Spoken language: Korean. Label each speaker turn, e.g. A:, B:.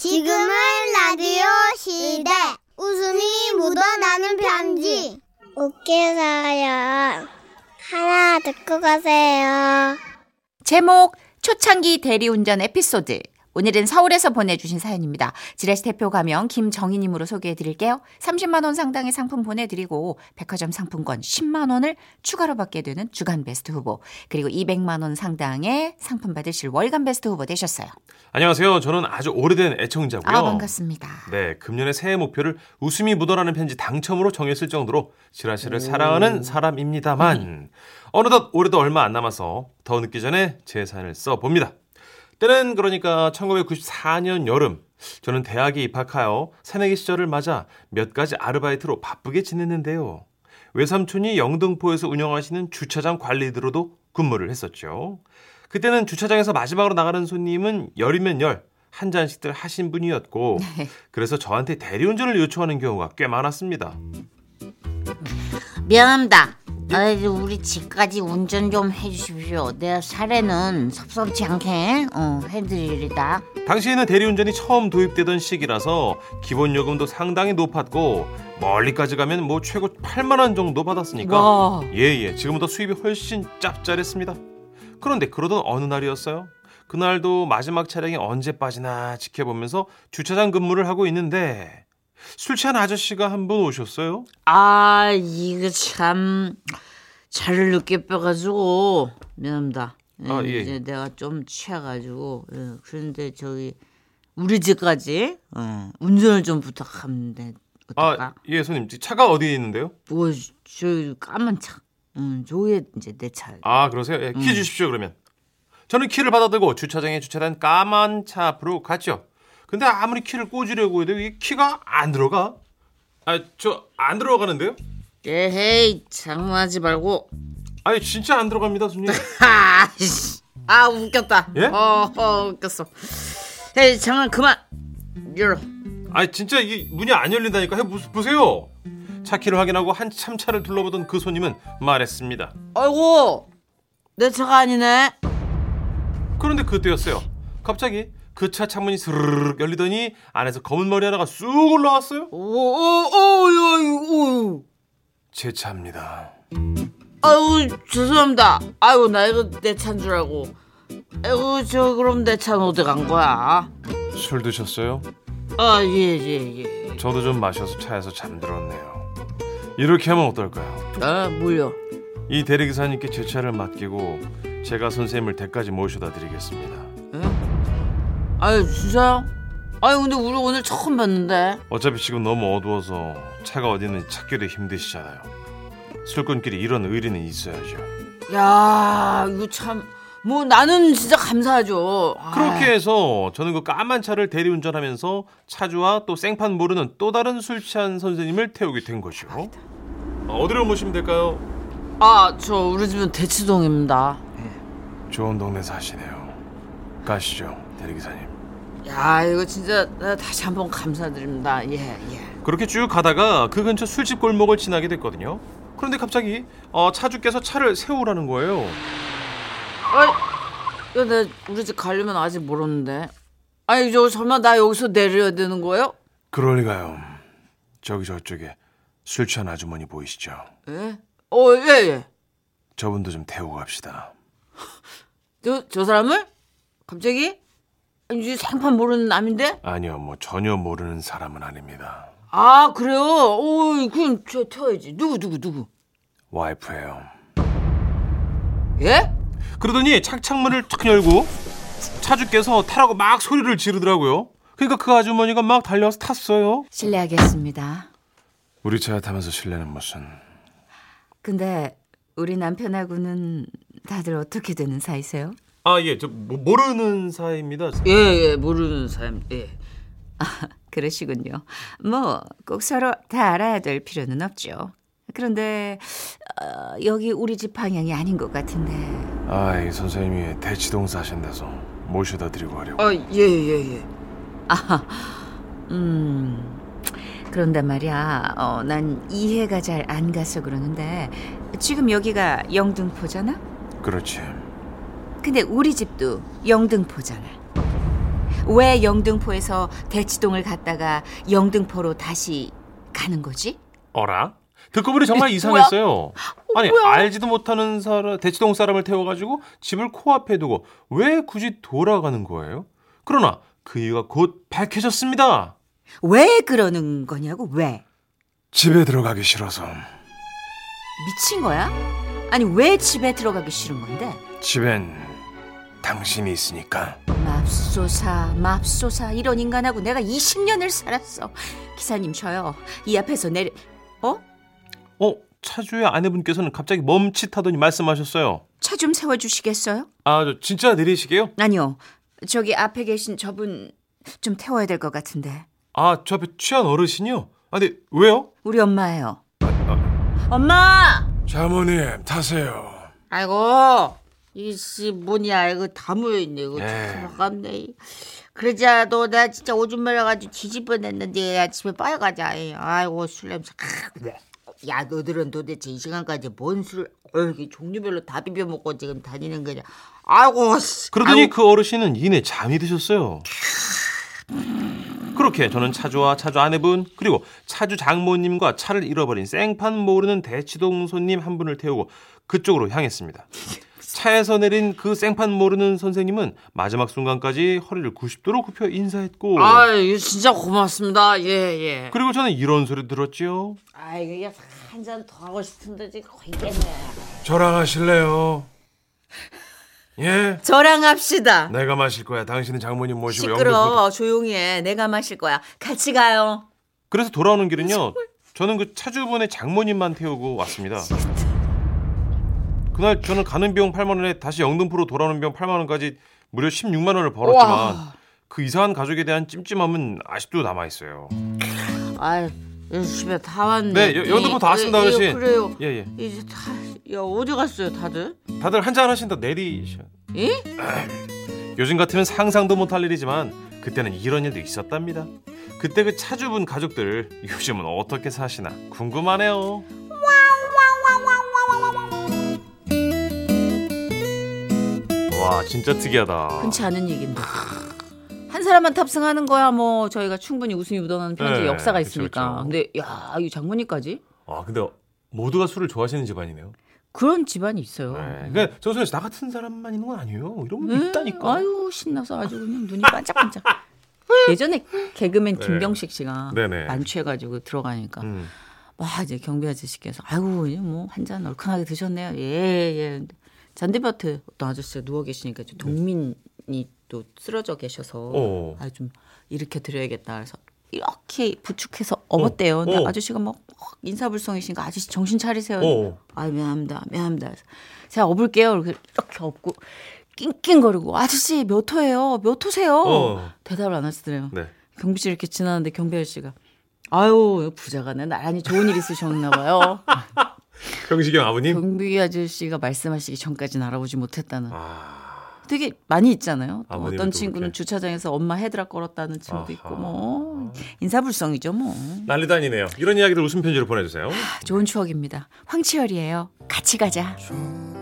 A: 지금은 라디오 시대. 웃음이 묻어나는 편지. 웃겨서요. 하나 듣고 가세요.
B: 제목 초창기 대리운전 에피소드. 오늘은 서울에서 보내주신 사연입니다. 지라시 대표 가명 김정희님으로 소개해드릴게요. 30만 원 상당의 상품 보내드리고 백화점 상품권 10만 원을 추가로 받게 되는 주간 베스트 후보 그리고 200만 원 상당의 상품 받으실 월간 베스트 후보 되셨어요.
C: 안녕하세요. 저는 아주 오래된 애청자고요.
B: 아 반갑습니다.
C: 네, 금년의 새해 목표를 웃음이 묻어나는 편지 당첨으로 정했을 정도로 지라시를 사랑하는 사람입니다만 어느덧 올해도 얼마 안 남아서 더 늦기 전에 제 사연을 써봅니다. 때는 그러니까 1994년 여름 저는 대학에 입학하여 새내기 시절을 맞아 몇 가지 아르바이트로 바쁘게 지냈는데요. 외삼촌이 영등포에서 운영하시는 주차장 관리들로도 근무를 했었죠. 그때는 주차장에서 마지막으로 나가는 손님은 열이면 열, 한 잔씩들 하신 분이었고, 그래서 저한테 대리운전을 요청하는 경우가 꽤 많았습니다.
D: 미안합니다. 아이, 우리 집까지 운전 좀 해주십시오. 내 사례는 섭섭치 않게 어, 해드리리다.
C: 당시에는 대리운전이 처음 도입되던 시기라서 기본 요금도 상당히 높았고, 멀리까지 가면 뭐 최고 8만원 정도 받았으니까,
B: 와.
C: 예, 예, 지금보다 수입이 훨씬 짭짤했습니다. 그런데 그러던 어느 날이었어요. 그날도 마지막 차량이 언제 빠지나 지켜보면서 주차장 근무를 하고 있는데, 술 취한 아저씨가 한 분 오셨어요.
D: 아 이거 참 차를 늦게 빼가지고 미안합니다.
C: 아, 예.
D: 음, 이제 내가 좀 취해가지고 예, 그런데 저기 우리 집까지 어, 운전을 좀 부탁하는데 어떨까?
C: 아, 예, 손님. 차가 어디에 있는데요?
D: 뭐, 저 까만 차. 음, 저게 이제 내 차.
C: 아, 그러세요? 예,
D: 음.
C: 키 주십시오, 그러면. 저는 키를 받아들고 주차장에 주차한 까만 차 앞으로 갔죠. 근데 아무리 키를 꽂으려고 해도 이 키가 안 들어가. 아, 저 안 들어가는데요?
D: 예, 에헤이, 장난하지 말고.
C: 아니, 진짜 안 들어갑니다, 손님.
D: 아, 씨. 아, 웃겼다.
C: 예?
D: 어, 어, 웃겼어. 에이, 장난 그만. 열어.
C: 아니, 진짜 이게 문이 안 열린다니까. 해, 보, 보세요. 차 키를 확인하고 한참 차를 둘러보던 그 손님은 말했습니다.
D: 아이고, 내 차가 아니네.
C: 그런데 그때였어요. 갑자기 그 차 창문이 스르륵 열리더니 안에서 검은 머리 하나가 쑥 올라왔어요.
D: 오, 오, 오, 오, 오.
C: 제 차입니다.
D: 아유, 죄송합니다. 아유, 나 이거 내 차인 줄 알고. 아이고, 저, 그럼 내 차는 어디 간 거야?
C: 술 드셨어요?
D: 아, 예, 예, 예.
C: 저도 좀 마셔서 차에서 잠들었네요. 이렇게 하면 어떨까요?
D: 아, 물려.
C: 이 대리기사님께 제 차를 맡기고 제가 선생님을 댁까지 모셔다 드리겠습니다.
D: 아유 진짜요? 아유 근데 우리 오늘 처음 봤는데
C: 어차피 지금 너무 어두워서 차가 어디 있는지 찾기도 힘드시잖아요. 술꾼끼리 이런 의리는 있어야죠.
D: 야 이거 참 뭐 나는 진짜 감사하죠 아,
C: 그렇게 해서 저는 그 까만 차를 대리운전하면서 차주와 또 생판 모르는 또 다른 술 취한 선생님을 태우게 된 거죠. 어디로 모시면 될까요?
D: 아저 우리 집은 대치동입니다
C: 좋은 동네 사시네요. 가시죠, 대리기사님.
D: 야 이거 진짜 나 다시 한번 감사드립니다 예예
C: 그렇게 쭉 가다가 그 근처 술집 골목을 지나게 됐거든요. 그런데 갑자기 어, 차주께서 차를 세우라는 거예요.
D: 이거 내 우리 집 가려면 아직 모르는데 아니 저 설마 나 여기서 내려야 되는 거예요?
C: 그럴 리가요. 저기 저쪽에 술 취한 아주머니 보이시죠?
D: 예? 어예예
C: 저분도 좀 태우고 갑시다.
D: 저, 저 사람을? 갑자기? 이제 생판 모르는 남인데?
C: 아니요, 뭐 전혀 모르는 사람은 아닙니다.
D: 아 그래요? 오 그럼 저 태워야지 누구 누구 누구
C: 와이프예요.
D: 예?
C: 그러더니 창창문을 탁 열고 차주께서 타라고 막 소리를 지르더라고요. 그러니까 그 아주머니가 막 달려와서 탔어요.
B: 실례하겠습니다.
C: 우리 차 타면서 실례는 무슨.
B: 근데 우리 남편하고는 다들 어떻게 되는 사이세요?
C: 아 예, 저 모- 모르는 사이입니다.
D: 예, 예, 모르는 사람. 예.
B: 그러시군요. 뭐 꼭 서로 다 알아야 될 필요는 없죠. 그런데 어, 여기 우리 집 방향이 아닌 것 같은데
C: 아 이 선생님이 대치동 사신 데서 모셔다 드리고 하려고
D: 아, 예, 예, 예.
B: 음 그런데 말이야 어, 난 이해가 잘 안 가서 그러는데 지금 여기가
C: 어?
B: 영등포잖아.
C: 그렇지
B: 근데 우리 집도 영등포잖아. 왜 영등포에서 대치동을 갔다가 영등포로 다시 가는 거지?
C: 어라? 듣고 보니 정말 이상했어요. 아니
B: 뭐야?
C: 알지도 못하는 사람 대치동 사람을 태워가지고 집을 코앞에 두고 왜 굳이 돌아가는 거예요? 그러나 그 이유가 곧 밝혀졌습니다.
D: 왜 그러는 거냐고 왜?
C: 집에 들어가기 싫어서
B: 미친 거야? 아니 왜 집에 들어가기 싫은 건데?
C: 집엔 당신이 있으니까.
B: 맙소사, 맙소사 이런 인간하고 내가 20년을 살았어. 기사님 저요. 이 앞에서 내려 어?
C: 어 차주의 아내분께서는 갑자기 멈칫하더니 말씀하셨어요.
B: 차 좀 세워 주시겠어요?
C: 아 저 진짜 내리시게요?
B: 아니요. 저기 앞에 계신 저분 좀 태워야 될 것 같은데.
C: 아저 앞에 취한 어르신이요? 아 근데 왜요?
B: 우리 엄마예요. 엄마!
C: 자모님 타세요.
D: 아이고 이씨 뭐냐 이거 다 모여있네 이거
C: 네.
D: 참 아깝네 그러자 너 나 진짜 오줌 마려가지고 뒤집어냈는데 야 집에 빨리 가자 에이, 아이고 술 냄새
C: 네.
D: 야 너들은 도대체 이 시간까지 뭔술 어이 종류별로 다 비벼먹고 지금 다니는 거냐 아이고 씨.
C: 그러더니
D: 아이고,
C: 그 어르신은 이내 잠이 드셨어요. 그렇게 저는 차주와 차주 아내분 그리고 차주 장모님과 차를 잃어버린 생판 모르는 대치동 손님 한 분을 태우고 그쪽으로 향했습니다. 차에서 내린 그 생판 모르는 선생님은 마지막 순간까지 허리를 90도로 굽혀 인사했고
D: 아유 진짜 고맙습니다 예예
C: 그리고 저는 이런 소리 들었지요.
D: 아이고 한잔 더 하고 싶은데 지금 거의 깼네
C: 저랑 하실래요? 예,
B: 저랑 합시다.
C: 내가 마실 거야. 당신은 장모님 모시고
B: 시끄러워. 조용히 해. 내가 마실 거야. 같이 가요.
C: 그래서 돌아오는 길은요. 저는 그 차주분의 장모님만 태우고 왔습니다. 그날 저는 가는 비용 8만 원에 다시 영등포로 돌아오는 비용 8만 원까지 무려 16만 원을 벌었지만 그 이상한 가족에 대한 찜찜함은 아직도 남아 있어요.
D: 아유 집에 다 왔네.
C: 네, 여- 영등포 다 왔습니다,
D: 예, 예,
C: 어르신.
D: 그래요.
C: 예 예.
D: 이제 다, 야 어디 갔어요, 다들?
C: 다들 한 잔 하신 다 내리셔.
D: 예?
C: 요즘 같으면 상상도 못할 일이지만 그때는 이런 일도 있었답니다. 그때 그 차주분 가족들 요즘은 어떻게 사시나 궁금하네요. 와 진짜 특이하다.
B: 흔치 않은 얘기인데. 한 사람만 탑승하는 거야 뭐 저희가 충분히 웃음이 묻어나는 편지
C: 네,
B: 의 역사가
C: 그쵸,
B: 있으니까.
C: 그쵸.
B: 근데 야, 이 장모님까지
C: 아 근데 모두가 술을 좋아하시는 집안이네요.
B: 그런 집안이 있어요.
C: 네. 그러니까 정선혜 씨나 같은 사람만 있는 건 아니에요. 이런 거
B: 음,
C: 있다니까.
B: 아유 신나서 아주 그냥 눈이 반짝반짝. 예전에 개그맨 김경식 씨가
C: 네. 네네.
B: 만취해가지고 들어가니까
C: 음.
B: 와 이제 경비 아저씨께서 아이고 이제 뭐 한 잔 얼큰하게 드셨네요. 예예. 잔디밭에 어떤 아저씨가 누워 계시니까 이제 동민이 또 쓰러져 계셔서
C: 어.
B: 아좀 일으켜 드려야겠다. 그래서 이렇게 부축해서 업었대요. 근데
C: 어.
B: 아저씨가 막, 확 인사불성이시니까 아저씨 정신 차리세요.
C: 어.
B: 아 미안합니다, 미안합니다. 그래서 제가 업을게요. 이렇게 이렇게 업고 낑낑거리고 아저씨 몇 호예요? 몇 호세요?
C: 어.
B: 대답을 안 하시더래요.
C: 네.
B: 경비실 이렇게 지나는데 경비 아저씨가 아유 부자가네 나란히 좋은 일 있으셨나 봐요.
C: 경식형 아버님.
B: 경비 아저씨가 말씀하시기 전까지는 알아보지 못했다는
C: 아.
B: 되게 많이 있잖아요. 또
C: 아버님이
B: 어떤
C: 또
B: 친구는
C: 그렇게.
B: 주차장에서 엄마 헤드락 걸었다는 친구도 있고
C: 아하.
B: 뭐 인사불성이죠 뭐. 아,
C: 난리 다니네요. 이런 이야기들 웃음 편지로 보내주세요.
B: 좋은 추억입니다. 황치열이에요. 같이 가자.
E: 좋은